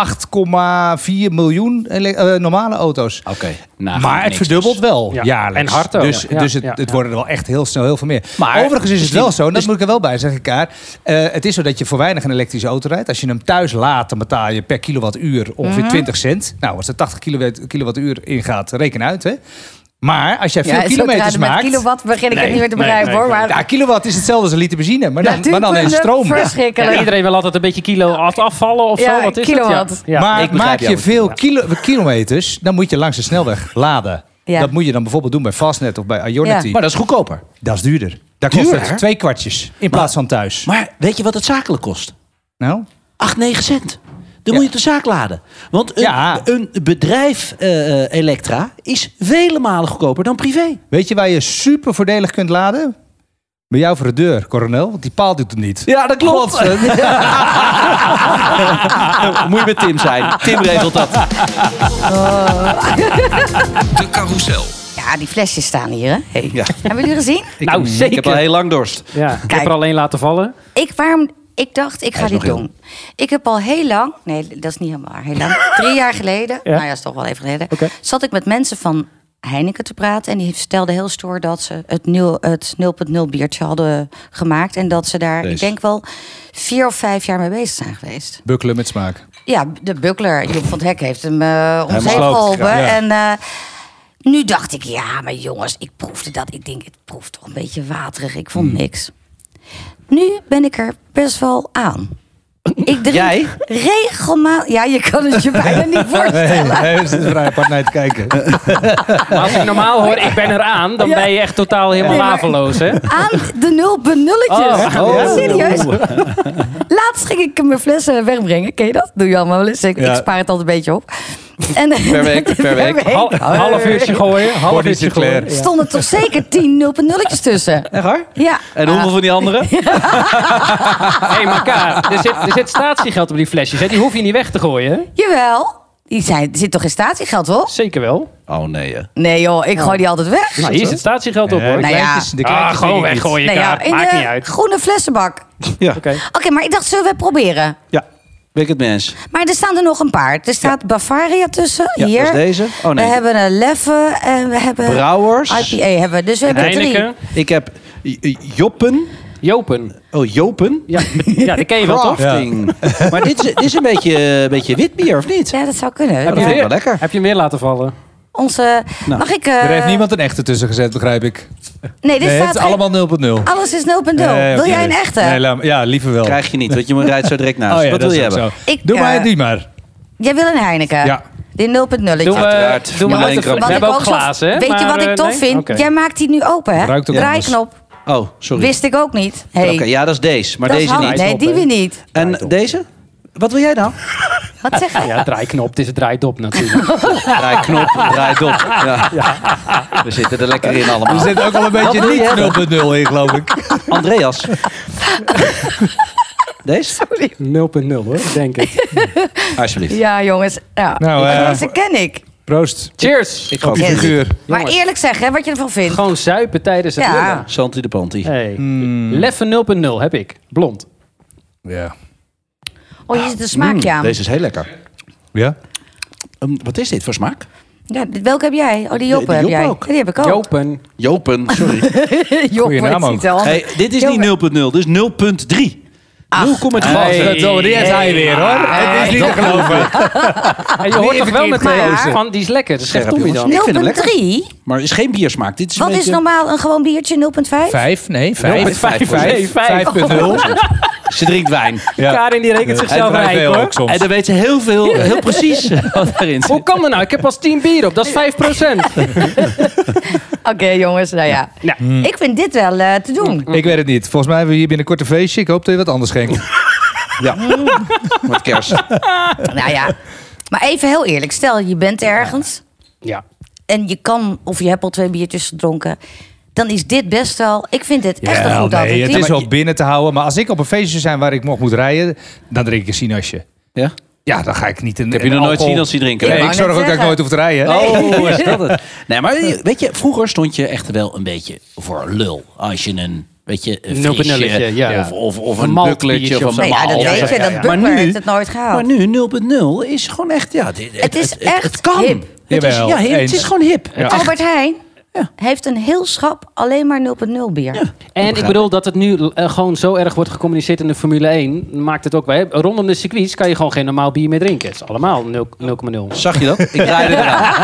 8,4 miljoen ele- eh, normale auto's.
Oké. nou,
maar
niks
het
dus.
verdubbelt wel
Ja.
jaarlijks.
En hard ook.
Dus,
Ja,
dus het,
ja,
het
ja.
worden er wel echt heel snel heel veel meer.
Maar-
Overigens is het
dus
wel
die-
zo, en dat
dus-
moet ik er wel bij zeggen, Kaar. Eh, het is zo dat je voor weinig een elektrische auto rijdt. Als je hem thuis laat, dan betaal je per kilowattuur ongeveer 20 cent. Nou, als er 80 kilowatt- kilowattuur ingaat, reken uit hè. Maar als jij veel
Ja,
kilometers
met
maakt...
kilowatt begin ik
Nee,
het niet meer te
nee,
begrijpen
nee,
hoor. Maar
Ja, kilowatt is hetzelfde als een liter benzine. Maar dan, maar dan in
natuurlijk,
stroom.
Ja,
Verschrikkelijk.
iedereen wil altijd een beetje kilo af, afvallen of
Ja,
zo. Wat is
kilowatt.
dat? Ja. Ja.
ik
maar
begrijp
maak
jou
je
natuurlijk,
veel
ja.
kilo, kilometers, dan moet je langs de snelweg laden.
Ja.
Dat moet je dan bijvoorbeeld doen bij Fastnet of bij Ionity.
Ja.
Maar Oh, dat is goedkoper.
Dat is duurder. Daar kost
Duurder?
het twee kwartjes in plaats van thuis.
Maar weet je wat het zakelijk kost?
nou,
8, 9 cent. Dan
Ja.
moet je de zaak laden. Want een,
Ja.
een bedrijf eh, eh, Elektra is vele malen goedkoper dan privé.
weet je waar je super voordelig kunt laden? Bij jou voor de deur, coronel. Want die paal doet het niet.
Ja, dat klopt. Ah, moet je met Tim zijn. Tim regelt dat.
De carousel.
Ja, die flesjes staan hier. Hè? Hey.
Ja.
Hebben jullie gezien?
Nou,
Ik heb
zeker.
al heel lang dorst.
Ja, ik heb er alleen laten vallen.
Ik, waarom, ik dacht, ik ga
is
dit
nog jong.
doen. Ik heb al heel lang, nee, dat is niet helemaal waar, heel lang. drie jaar geleden,
Ja.
nou ja, is toch wel even geleden,
Oké.
zat ik met mensen van Heineken te praten. En die vertelden heel stoer dat ze het, nul, het 0.0 biertje hadden gemaakt. En dat ze daar, ik
Deze.
denk wel, vier of vijf jaar mee bezig zijn geweest.
Bukkelen met smaak.
Ja, de buckler. Joep van het Hek heeft hem eh om zeep
gesloopt,
geholpen.
ja.
En eh, nu dacht ik, ja, maar jongens, ik proefde dat. Ik denk, het proeft toch een beetje waterig. Ik vond niks. Nu ben ik er best wel aan. Ik drink
Jij?
regelmatig... Ja, je kan het je bijna niet voorstellen.
Hij is er vrij apart naar te kijken.
Maar als ik normaal hoor, ik ben eraan, dan
Ja.
ben je echt totaal helemaal
Nee, maar-
laveloos, hè?
Aan de nul benulletjes.
Oh,
Ja, Serieus. Laatst ging ik mijn flessen wegbrengen. Ken je dat? Doe je allemaal wel eens. Ik, ik
Ja.
spaar het altijd een beetje op. En, per
week, per week.
Hal- half uurtje gooien, half
Body
uurtje
Sinclair.
gooien. Ja.
stonden toch zeker tien nulletjes tussen.
Echt waar?
Ja.
En hoeveel
Ah.
van die anderen?
hey, maar Kaar, er zit, er zit statiegeld op die flesjes, hè? Die hoef je niet weg te gooien, hè?
Jawel. Die zijn, er zit toch geen statiegeld op?
Zeker wel.
Oh nee. hè.
Nee joh, ik gooi die altijd weg.
Nou, hier zit statiegeld op, hoor.
Nou ja.
de
Ah,
kleintjes
gewoon
dingen niet.
weggooien,
nee, ja,
Kaar.
in
Maakt
de
niet uit.
groene flessenbak. Oké,
Ja.
Oké.
maar ik dacht, zullen we het proberen?
ja. Ben ik het mee eens?
Maar er staan er nog een paar. Er staat Bavaria tussen,
Ja,
hier.
dat is deze. Oh, nee.
We hebben een Leffe en we hebben...
Brouwers.
IPA hebben we, dus we hebben
Heineken.
Ik heb J- J- Joppen.
Jopen.
Oh, Jopen.
Ja, ja, die ken je wel, toch?
Crafting. Maar dit is, dit is een beetje, een beetje witbier, of niet?
drie. Ja, dat zou kunnen.
dat
Ja.
vind ik wel lekker.
Heb je hem weer laten vallen?
Onze...
Nou,
mag ik... eh,
Er heeft niemand een echte tussen gezet, begrijp ik.
Nee, dit
Nee,
staat...
het is
geen-
allemaal 0.0.
Ah,
Alles is 0.0.
Nee,
Wil
oké.
jij een echte?
Nee, laat maar- ja, liever wel.
Krijg je niet, want je rijdt zo direct naast.
Oh ja,
Wat
dat
wil je
is ook
hebben?
zo.
Ik,
Doe
eh,
maar die maar.
Jij wil een Heineken?
Ja.
Die 0.0.
Doen we,
Uiteraard.
doen we
Ja,
uit de
want ik-
fles.
want
eh,
ik
We hebben ook
zat-
glazen, hè?
Weet je
Maar,
wat ik
eh,
tof
nee?
vind?
Oké.
Jij maakt die nu open, hè?
Ruikt ook
Draaiknop.
Oh, sorry.
Wist ik ook niet.
Oké,
Hey,
ja, dat is deze, maar
dat is
deze
handig.
niet.
Nee, die weer niet.
En deze? Wat wil jij nou?
Wat zeg je?
Ja, draaiknop. Het is het draait op natuurlijk.
Draai knop, draai dop. Ja. We zitten er lekker in
Er
allemaal.
zit ook al een beetje
wil je
niet 0.0 in, geloof ik.
Andreas. Deze?
0.0 hoor, denk ik.
Alsjeblieft.
Ja, jongens. Ja.
Nou,
Maar
eh,
Deze ken ik.
Proost.
Cheers!
Ik ga ook
Die
Yes.
figuur.
Maar
jongens.
eerlijk zeggen, hè, wat je ervan vindt.
Gewoon zuipen tijdens het
Ja.
willen.
Santi de Panti.
Hey. Leffe 0.0 heb ik. Blond.
Ja.
Oh, hier zit een smaakje aan.
Mm, Deze is heel lekker.
Ja?
Um, wat is dit voor smaak?
Ja, dit- welke heb jij? Oh, die Joppe
die
heb
Joppe
jij.
ook.
Die heb ik ook.
Jopen.
Jopen, sorry.
Joppe,
Goeie naam
het
ook.
ziet er al-
Hey, dit is
Joppe.
niet 0.0, dit is 0.3. 0,3.
Godverdomme, die is hij weer, hoor. Het is niet te geloven.
Ah, En je hoort toch wel
verkeerd
meteen
gekozen.
van, die is lekker. Dat zegt
Scherp,
Tommy
jongens.
dan.
Ik vind hem lekker.
0.3?
Maar het is geen biersmaak. Dit is een
Wat is
beetje-
normaal een gewoon biertje? 0.5?
Vijf? Nee,
Vijf, vijf,
vijf, vijf.
5.0
Ze drinkt wijn.
Karin die rekent
Hij
zichzelf rijk
drijft heel
hoor.
ook soms.
En dan weet ze heel veel, heel precies wat daarin
Hoe
zit.
kan dat nou? Ik heb pas 10 bier op. Dat is 5
Oké, jongens. Nou ja.
Ja.
Ik vind dit wel eh, te doen.
Ik weet het niet. Volgens mij hebben we hier binnenkort een feestje. Ik hoop dat je wat anders schenkt.
Ja, met kerst.
Nou ja, maar even heel eerlijk. Stel, je bent ergens
Ja.
en je kan, of je hebt al twee biertjes gedronken. Dan is dit best wel, ik vind dit echt een
Wel,
goed
nee,
alternatief.
het is wel binnen te houden. Maar als ik op een feestje zijn waar ik nog moet rijden, dan drink ik een sinasje.
Ja?
Ja, dan ga ik niet in.
heb je
in
nog nooit
alcohol-
zien als hij drinken.
Nee,
Ik
ik
wou
zorg
net
ook dat ik
zeggen.
nooit hoef te rijden.
Oh, is dat het? Nee, maar je- weet je, vroeger stond je echt wel een beetje voor lul. Als je een, weet je, een
Nul
frisje
benulletje, ja.
of, of, of
Een
een
maltbiertje
bukkeltje of
of
een
zo.
Nee, ja,
maal.
dat
ja,
weet je.
ja, ja.
Dat
Maar
Butler
nu-
heeft het nooit gehaald.
Maar nu 0.0 is gewoon echt, ja, dit-
Het is echt
kan.
hip.
Het is,
Jawel,
ja, hip, het
eens.
is gewoon hip. Het is echt-
Albert Heijn
Ja.
heeft een heel schap alleen maar 0.0 bier.
En ik bedoel dat het nu eh, gewoon zo erg wordt gecommuniceerd in de Formule 1. Maakt het ook bij. Rondom de circuits kan je gewoon geen normaal bier meer drinken. Het is allemaal 0,0.
Zag je dat? Ik draaide eraan.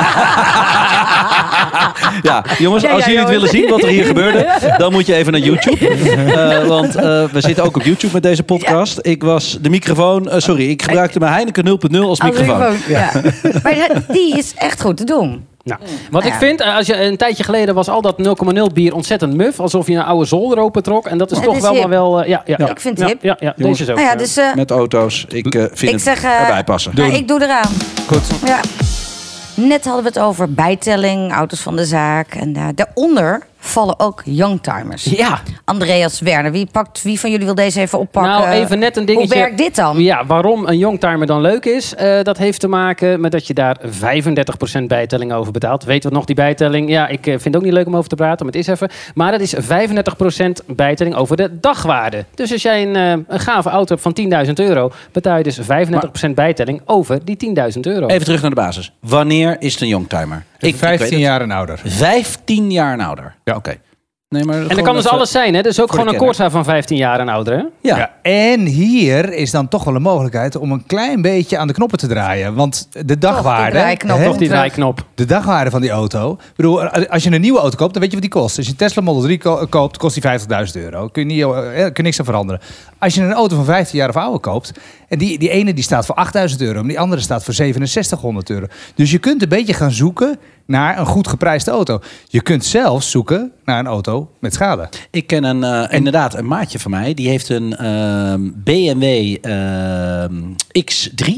Ja, jongens,
Ja,
als
ja,
jullie het
jongens.
willen zien wat er hier gebeurde, dan moet je even naar YouTube. Eh, want eh, we zitten ook op YouTube met deze podcast. Ik was de microfoon, eh, sorry, ik gebruikte mijn Heineken 0.0 als
Als
microfoon.
microfoon, ja. maar die is echt goed te doen.
Nou, wat
Nou
ik
ja.
vind, eh, als je, een tijdje geleden was al dat 0,0 bier ontzettend muf. Alsof je een oude zolder open trok. En dat is
Ja,
toch
dit is
wel
hip.
maar wel... eh, ja, ja, ja.
Ik vind het
ja,
hip.
Ja, ja,
Jongens.
deze is ook.
Nou ja,
eh,
dus eh,
Met auto's, ik eh, vind
ik
het
zeg... eh,
erbij passen.
nou, ik doe eraan.
Goed.
Ja. Net hadden we het over bijtelling, auto's van de zaak. En eh, daaronder vallen ook youngtimers.
ja.
Andreas Werner, wie, pakt, wie van jullie wil deze even oppakken?
Nou, even net een dingetje.
Hoe werkt dit dan?
Ja, waarom een youngtimer dan leuk is, eh, dat heeft te maken met dat je daar 35% bijtelling over betaalt. Weet wat nog die bijtelling? Ja, ik eh, vind het ook niet leuk om over te praten, maar het is even. Maar dat is 35% bijtelling over de dagwaarde. Dus als jij een, eh, een gave auto hebt van 10.000 euro, betaal je dus 35% bijtelling over die 10.000 euro.
Even terug naar de basis. Wanneer is het een youngtimer? Ik- ik weet
15
het.
jaar en ouder.
15 jaar en ouder.
Ja.
Oké. Nee, maar
en
gewoon
dat kan dus
dat we-
alles zijn, hè? Dus ook
voor de
gewoon een
kenner.
Corsa van 15 jaar en ouder, hè?
Ja.
Ja, en hier is dan toch wel een mogelijkheid om een klein beetje aan de knoppen te draaien. Want de dagwaarde.
draaiknop.
hè,
Toch die draaiknop.
De dagwaarde van die auto. Ik bedoel, als je een nieuwe auto koopt, dan weet je wat die kost. Als je een Tesla Model 3 ko- koopt, kost die 50.000 euro. Kun je, niet, eh, kun je niks aan veranderen. Als je een auto van 15 jaar of ouder koopt, en die, die ene die staat voor 8000 euro, maar die andere staat voor 6700 euro. Dus je kunt een beetje gaan zoeken naar een goed geprijsde auto. Je kunt zelfs zoeken naar een auto met schade.
Ik ken een, eh, inderdaad een maatje van mij. Die heeft een ehm, BMW ehm, X3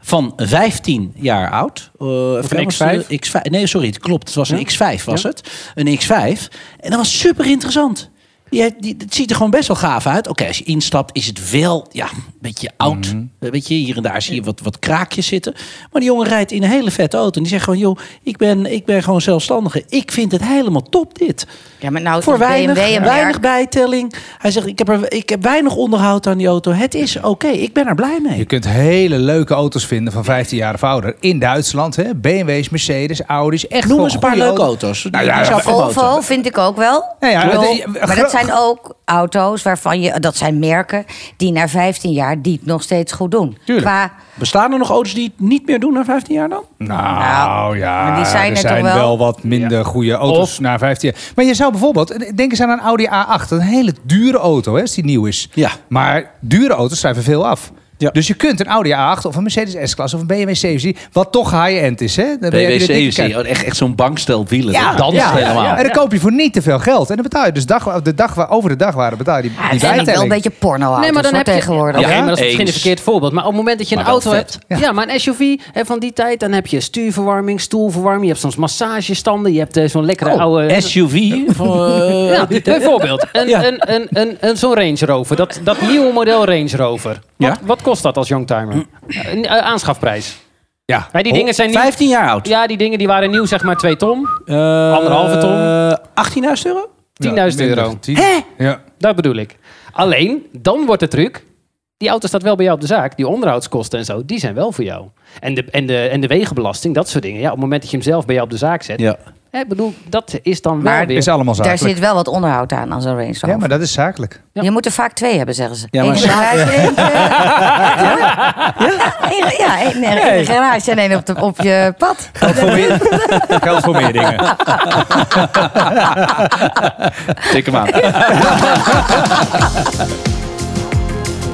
van 15 jaar oud. Eh, even
een
kijken,
X5?
was het een X5? Nee, sorry, het klopt. Het was een X5 was
Ja.
het. Een X5. En dat was super interessant. Die, heeft- die, het ziet er gewoon best wel gaaf uit. Oké, als je instapt is het wel ja, een beetje oud.
Mhm.
Eh, Weet je, hier en daar zie je wat, wat kraakjes zitten. Maar die jongen rijdt in een hele vette auto. En die zegt gewoon, joh, ik ben, ik ben gewoon zelfstandige. Ik vind het helemaal top dit.
Ja, maar nou,
Voor
BMW
weinig,
en
weinig
merk.
bijtelling. Hij zegt, ik heb, er, ik heb weinig onderhoud aan die auto. Het is oké, ik ben er blij
Je
mee.
kunt hele leuke auto's vinden van 15 jaar of ouder in Duitsland. Hè? BMW's, Mercedes, Audi's. Echt
Noem
gewoon
eens een paar
goede
leuke auto's.
Nou ja,
Die zou promoten.
Volvo vind ik ook wel.
Ja, ja,
Ik bedoel,
het- eh,
maar
gro-
dat zijn ook auto's waarvan je... Dat zijn merken die na 15 jaar die het nog steeds goed doen.
Tuurlijk.
Qua
Bestaan er nog auto's die het niet meer doen na 15 jaar dan?
Nou,
Nou,
ja,
maar die zijn
er
er toch
zijn wel,
wel?
wat minder goede auto's na 15 jaar. Maar je zou bijvoorbeeld, eh, denk eens aan een Audi A8. Een hele dure auto hè, als die nieuw is.
Ja.
Maar dure auto's schrijven veel af.
Ja.
Dus je kunt een Audi A8 of een Mercedes S-klasse of een BMW 7 wat toch high-end is. Hè? Dan ben je weer de dikke
BWC,
kern.
oh, echt, echt zo'n bankstel wielen.
Ja,
dat danst
ja,
helemaal.
En dan koop je voor niet te veel geld. En dan betaal je dus dag, de dag, over de dagwaarde betaal je die,
Ja,
die
Ah, het zijn ook wel een
bijtelling.
beetje porno nee, maar dan heb tegenwoordig.
Ja,
Ja,
maar dat is misschien
eens.
een verkeerd voorbeeld. Maar op het moment dat je een
Maar wel
auto
vet.
hebt, ja. maar een SUV hè, van die tijd, dan heb je stuurverwarming, stoelverwarming, je hebt soms massagestanden, je hebt eh, zo'n lekkere
Oh,
oude...
SUV. van, eh,
ja, bijvoorbeeld, een,
Ja.
een, een, een, een, zo'n Range Rover, dat, dat nieuwe model Range Rover. Wat,
Ja. Hm.
wat kost dat als youngtimer? Een eh, aanschafprijs.
Ja.
Hè, die dingen zijn niet...
15 jaar oud.
Ja, die dingen die waren nieuw, zeg maar 2 ton, 10.000
Eh,
Anderhalve ton.
18.000 euro?
euro.
Hè? Ja.
Dat bedoel ik. Alleen, dan wordt de truc... Die auto staat wel bij jou op de zaak. Die onderhoudskosten en zo, die zijn wel voor jou. En de, en de, en de wegenbelasting, dat soort dingen. Ja, op het moment dat je hem zelf bij jou op de zaak zet.
Ja.
Hè, ik bedoel, dat is dan
Maar
wel weer...
Is allemaal
Daar
zakelijk.
zit wel wat onderhoud aan, aan zo'n Range Rover.
Ja, maar dat is zakelijk.
Ja.
Je moet er vaak twee hebben, zeggen ze.
Ja, maar
Eén in de garage en eentje... Ja, één- ja, één één in de garage en één op, de, op je pad.
Geld voor meer, geld voor meer dingen.
Tik hem aan.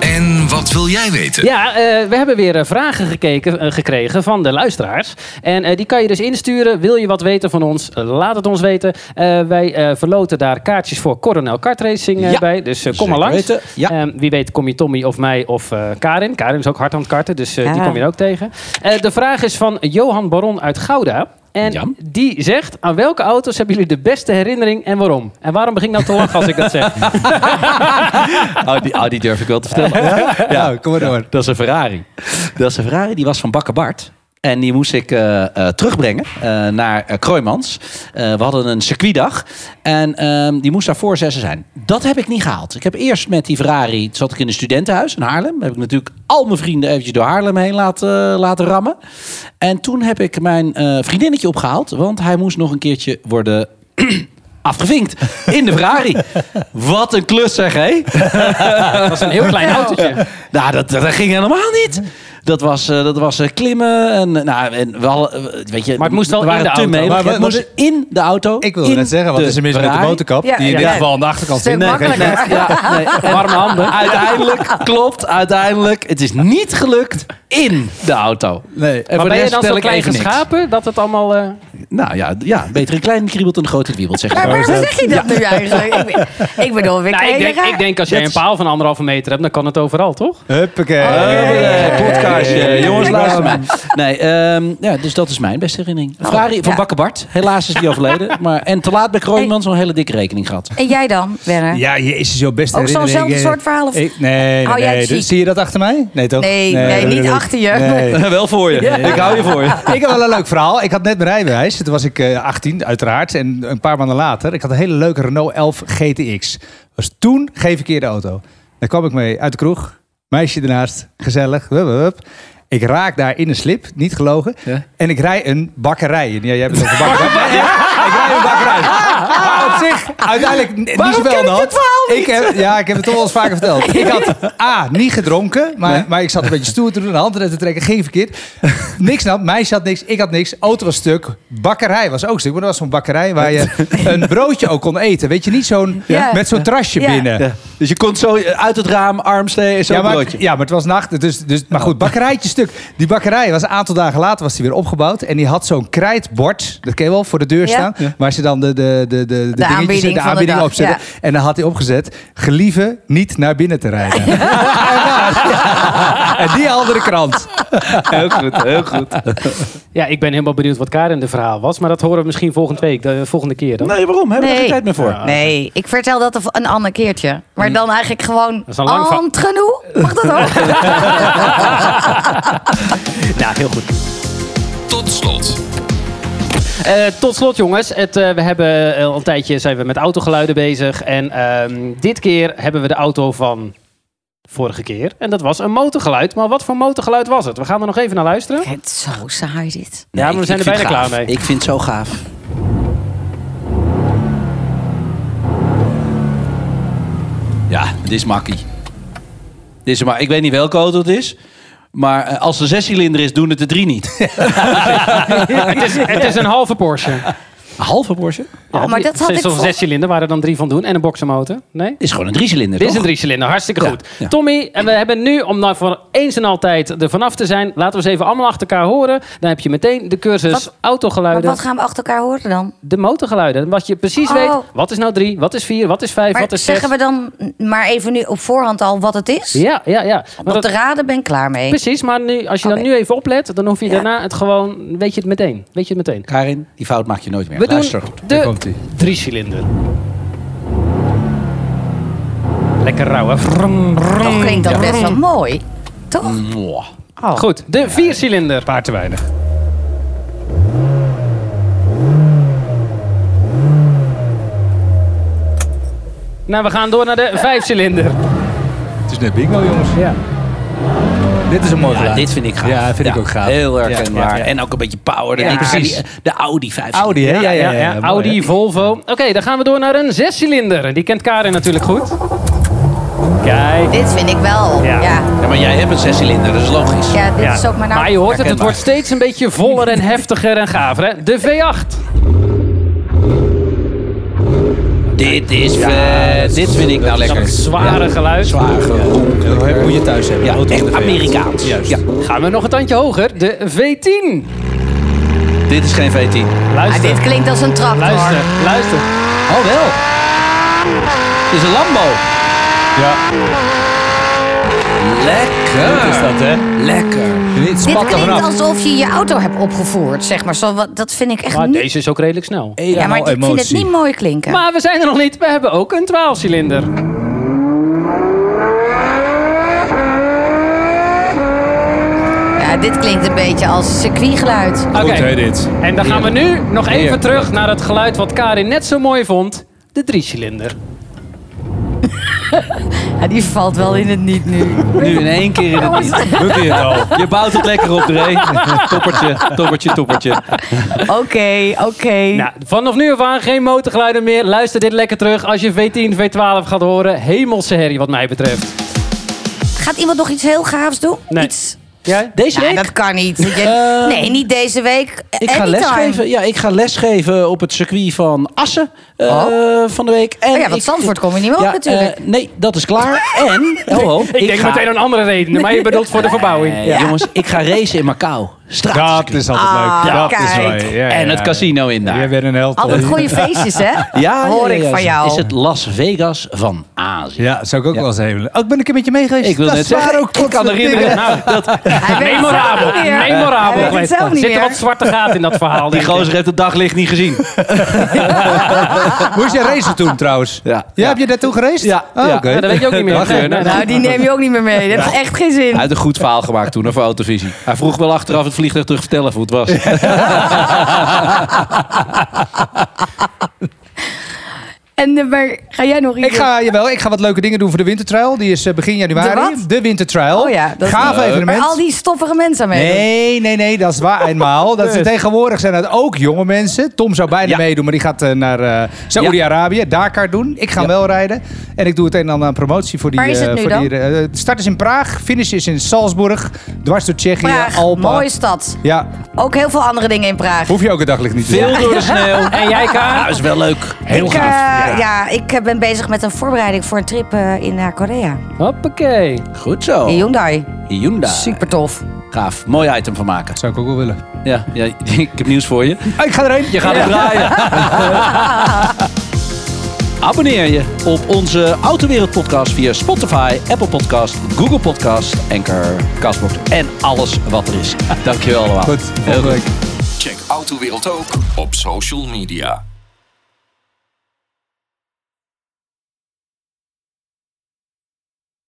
En wat wil jij weten?
Ja, eh, we hebben weer eh, vragen gekeken, eh, gekregen van de luisteraars. En eh, die kan je dus insturen. Wil je wat weten van ons? Eh, Laat het ons weten. Eh, wij eh, verloten daar kaartjes voor Coronel Kartracing eh,
Ja,
bij. Dus eh, kom
zeker
maar langs.
weten. Ja.
Eh, wie weet kom je Tommy of mij of eh, Karin. Karin is ook hard aan het karten, dus eh, die
Ja.
kom je ook tegen. Eh, de vraag is van Johan Baron uit Gouda. En
Ja.
die zegt, aan welke auto's hebben jullie de beste herinnering en waarom? En waarom begin ik nou te lachen als ik dat zeg?
Oh, die, oh, die durf ik wel te vertellen.
Ja, nou, kom maar door.
Dat is een Ferrari. Dat is een Ferrari, die was van Bakker Bart. En die moest ik eh, eh, terugbrengen eh, naar eh, Kroijmans. Eh, we hadden een circuitdag. En ehm, die moest daar voor zessen zijn. Dat heb ik niet gehaald. Ik heb eerst met die Ferrari... toen zat ik in een studentenhuis in Haarlem. Heb ik natuurlijk al mijn vrienden eventjes door Haarlem heen laten, eh, laten rammen. En toen heb ik mijn eh, vriendinnetje opgehaald. Want hij moest nog een keertje worden afgevinkt. In de Ferrari. Wat een klus zeg, hé?
dat was een heel klein autootje.
Nou, dat, dat ging helemaal niet. Dat was, eh, dat was eh, klimmen en, eh, nou, en wel, weet je,
Maar het moest wel
we
in
waren
de
te
auto.
melig.
Maar wat-
het moest in de auto.
Ik wilde
in
net zeggen, wat
de
is er mis met de
Ferrari.
motorkap?
Ja,
die in
ja,
dit
ja.
geval aan de achterkant
Stuk
zit.
makkelijker.
Ja, nee. en
Warme handen.
uiteindelijk, klopt, uiteindelijk, het is niet gelukt in de auto.
Nee.
En
maar
voor de
ben je
rest
dan
vertel
zo
ik
klein
even niks.
geschapen dat het allemaal... eh,
Nou ja, ja, beter een klein kriebelt dan een grote wiebelt, zeg
Maar
maar.
waarom zeg je dat nu eigenlijk? Ik, ben- ik bedoel, weer
nou, ik, denk, ik denk als jij een paal van anderhalve meter hebt, dan kan het overal, toch?
Oh,
Huppakee.
Eh, podcastje. Jongens, luister maar. Nee, ehm, ja, dus dat is mijn beste herinnering. Ferrari van
ja.
Bakker Bart. Helaas is die overleden. Maar, en te laat bij Kroonman zo'n hele dikke rekening gehad.
En jij dan, Werner?
Ja, dus jezus, jouw beste
Ook zo'n
herinnering.
zelfde soort Oh, verhaal of-
Ik, nee, nee,
Hou jij
nee.
het
Dus
ziek?
Zie je dat achter mij? Nee, toch?
Nee, nee, niet achter je.
Wel voor je. Ik hou je voor je.
Ik heb wel een leuk verhaal. Ik had net mijn rijbewijs. Toen was ik eh, 18, uiteraard. En een paar maanden later, ik had een hele leuke Renault 11 GTX. Was Dus toen geen verkeerde auto. Daar kwam ik mee uit de kroeg. Meisje ernaast. Gezellig. Hup, hup, hup. Ik raak daar in een slip. Niet gelogen.
Ja.
En ik rij een bakkerij. in. Ja, jij hebt het over bakkerij. Ja, ik rij een bakkerij. Maar op zich, uiteindelijk n- niet zoveel aan de hand. Ik heb, ja, ik heb het toch wel eens vaker verteld. Ik had A, niet gedronken. Maar, maar ik zat een beetje stoer te doen. De hand eruit te trekken. Ging verkeerd. Niks nam. Meisje had niks. Ik had niks. Auto was stuk. Bakkerij was ook stuk. Maar dat was zo'n bakkerij waar je een broodje ook kon eten. Weet je, niet zo'n...
Ja.
Met zo'n trasje
Ja.
binnen.
Dus je komt zo uit het raam, armstee en zo'n
Ja maar,
broodje.
ja, maar het was nacht. Dus, dus, maar goed, bakkerijtje stuk. Die bakkerij was een aantal dagen later was die weer opgebouwd. En die had zo'n krijtbord. Dat ken je wel, voor de
Ja.
deur staan. Waar ze dan de, de, de, de, de, dingetjes-
aanbieding van de
de aanbieding
dag,
op zetten. En dan had hij opgezet, gelieve niet naar binnen te rijden. en, daar- ja. en die andere krant.
Heel goed, heel goed.
Ja, ik ben helemaal benieuwd wat Karin de verhaal was. Maar dat horen we misschien volgende week, de volgende keer dan.
Nee, waarom? Hebben we er geen tijd meer voor?
Nee, ik vertel dat een ander keertje. Maar dan eigenlijk gewoon
Mm. is een lang verhaal.
entre nous. Mag dat ook?
Nou, heel goed.
Tot slot.
Eh, tot slot, jongens. Het, eh, we hebben eh, al een tijdje zijn we met autogeluiden bezig. En ehm, dit keer hebben we de auto van vorige keer. En dat was een motorgeluid. Maar wat voor motorgeluid was het? We gaan er nog even naar luisteren.
Het is zo saai dit.
Ja, maar we
ik-
zijn
ik
er
vind
bijna
het gaaf.
klaar mee.
Ik vind het zo gaaf. Ja, dit is makkie. Dit is maar, ik weet niet welke auto het is. Maar eh, als er zes cilinder is, doen het er drie niet.
het, is, het is een halve Porsche.
Halve Porsche?
Oh, maar dat had ik
Zo'n
vol-
zes cilinder waar er dan drie van doen. En een boxermotor. Nee?
Dit is gewoon een drie cilinder,
Dit is een driecilinder, hartstikke
Ja,
goed.
ja.
Tommy, en we hebben nu, om nou voor eens en altijd er vanaf te zijn... laten we ze even allemaal achter elkaar horen. Dan heb je meteen de cursus
Wat- Maar
autogeluiden.
wat gaan we achter elkaar horen dan?
de motorgeluiden. Wat je precies
Oh.
weet, wat is nou 3, wat is 4, wat is 5,
Maar
wat is 6.
zeggen we dan maar even nu op voorhand al wat het is?
Ja, ja, ja.
Want
Want
op de
dat,
raden ben ik klaar mee.
precies, maar nu, als je dan
Oké.
nu even oplet, dan hoef je
Ja.
daarna het gewoon, weet je het meteen. Weet je het meteen.
Karin, die fout maak je nooit meer.
We
Luister
doen
goed.
Daar
de
komt-ie.
driecilinder. Lekker rauw, hè? Vrom, vrom.
Toch klinkt Oh, dat best
Mm.
wel mooi. Toch?
Mwah.
Oh.
Goed, de viercilinder.
Paar te weinig.
Nou, we gaan door naar de vijfcilinder.
Het is net bingo, jongens.
Ja.
Dit is een mooi
Ja,
geluid.
dit vind ik gaaf.
Ja, vind ik ook gaaf.
Heel erg
Ja,
herkenbaar.
ja, ja.
En ook een beetje power.
Ja,
Ja,
precies.
precies. eh, De Audi 5.
Audi, hè? Ja, ja, ja. mooi, hè?
Audi, Volvo. Oké, dan gaan we door naar een zescilinder. Die kent Karin natuurlijk goed. Kijk.
Dit vind ik wel.
Ja.
Ja, ja.
Ja, maar jij hebt een zescilinder, dat is logisch.
dit
Ja.
is ook mijn naam.
Maar je hoort het, het
Herkenbaar.
wordt steeds een beetje voller en heftiger en gaver. Hè? De V8.
Dit is vet. Dit vind ik nou
Dat
lekker.
zware geluid.
Zwaar geroep.
Dat moet je thuis hebben.
Ja,
Auto
echt
met een V8.
Amerikaans.
Juist.
Ja,
Gaan we nog een tandje hoger. De V10.
dit is geen V10.
Ah,
Luister,
dit klinkt als een tractor.
luister, luister.
Oh wel. Het is een Lambo.
Ja.
Lekker is dat, hè? Lekker.
Dit
Dit
spat er
klinkt
vanaf.
alsof je je auto hebt opgevoerd, zeg maar. Zo, wat- dat vind ik echt
Maar
niet...
deze is ook redelijk snel.
ja, maar
Helemaal
ik vind het
emotie.
niet mooi klinken.
Maar we zijn er nog niet. We hebben ook een 12-cilinder.
Ja, dit klinkt een beetje als circuitgeluid.
Oké.
Goed, hè, dit.
En dan gaan we nu nog even
Heerlijk.
terug naar het geluid wat Karin net zo mooi vond. De driecilinder.
Ja, die valt wel in het niet nu.
Nu in één keer in het niet.
Doet hij het al?
Je bouwt het lekker op, Dre. Toppertje, toppertje, toppertje.
Oké, oké.
Nou, vanaf nu af aan geen motorgeluiden meer. Luister dit lekker terug als je V10, V12 gaat horen. Hemelse herrie wat mij betreft.
Gaat iemand nog iets heel gaafs doen?
Nee.
Iets?
Jij?
Deze
Ja,
week?
dat kan niet. Je-
Eh,
nee, niet deze week.
Ik ga,
Anytime.
lesgeven. Ja, ik ga lesgeven op het circuit van Assen eh,
Oh.
van de week. En
Oh ja, want
ik-
Zandvoort kom je niet meer op
Ja,
natuurlijk.
eh, nee, dat is klaar. En, ho, ho,
Ik, denk
ga-
meteen aan andere redenen, maar je bedoelt voor de verbouwing.
Eh, Jongens, ik ga racen in Macau. Straat.
Dat is altijd leuk.
Ah,
dat is
kijk.
mooi. Ja,
En het casino in daar.
Je bent een held.
Altijd
hoor.
goede feestjes, hè?
Ja, ja,
Hoor
ja,
ik
ja.
van jou.
Is het Las Vegas van Azië?
Ja, zou ik ook
Ja.
wel eens even...
Oh, ik ben een keer met je mee geweest.
Ik wil
Dat
net
is waar
zeggen,
ook
ik kan herinneren. Nou, dat,
Hij weet het zelf
Memorabel.
niet meer. Hij
Memorabel.
weet het zelf
Er
niet
zitten
meer.
wat zwarte gaten in dat verhaal.
die
denk ik.
gozer heeft het daglicht niet gezien.
Nou, Hoe is je race toen trouwens?
Ja.
Ja, heb je daartoe gereisd?
Ja.
Oh,
Ja.
oké.
Ja, dat weet je ook niet meer.
Wacht
Nee,
even.
nee, nee.
Nou, die neem je ook niet meer mee. Dat heeft echt geen
Hij
zin.
had een goed verhaal gemaakt toen, hè, voor Autovisie. Hij vroeg wel achteraf het vliegtuig terug vertellen hoe het was.
En, eh, maar ga jij nog iets
Ik ga, jawel, ik ga wat leuke dingen doen voor de wintertrial. Die is eh, begin januari.
De wat?
wintertrial.
Oh ja, dat is
Gaaf
Maar
evenement.
al die stoffige mensen aan meedoen.
Nee, nee, nee, dat is waar eenmaal. Dat
Dus.
ze tegenwoordig zijn dat ook jonge mensen. Tom zou bijna
Ja.
meedoen, maar die gaat eh, naar eh Saoedi-Arabië, Dakar doen. Ik ga hem wel rijden. En ik doe het een en ander aan promotie voor die...
Waar is het
eh,
nu
voor die, eh, start is in Praag, finish is in Salzburg, dwars door Tsjechië,
Praag,
Alpen.
mooie stad.
Ja,
Ook heel veel andere dingen in Praag.
hoef je ook het daglicht niet te doen.
Veel door de sneeuw.
En jij, Karin?
Ja, is wel leuk. Heel
ik, eh, ja. ik eh, ben bezig met een voorbereiding voor een trip eh, in eh, Korea.
Hoppakee.
Goed zo.
In Hyundai.
Hyundai.
Super tof.
Gaaf. Mooi item van maken.
Zou ik ook wel willen.
Ja, ja, ik heb nieuws voor je.
Ah, ik ga erheen.
Je gaat het draaien. Abonneer je op onze Autowereld podcast via Spotify, Apple Podcast, Google Podcast, Anchor, Castbox en alles wat er is. Dankjewel allemaal.
Goed,
Heel
volgende week.
Check Autowereld ook op social media.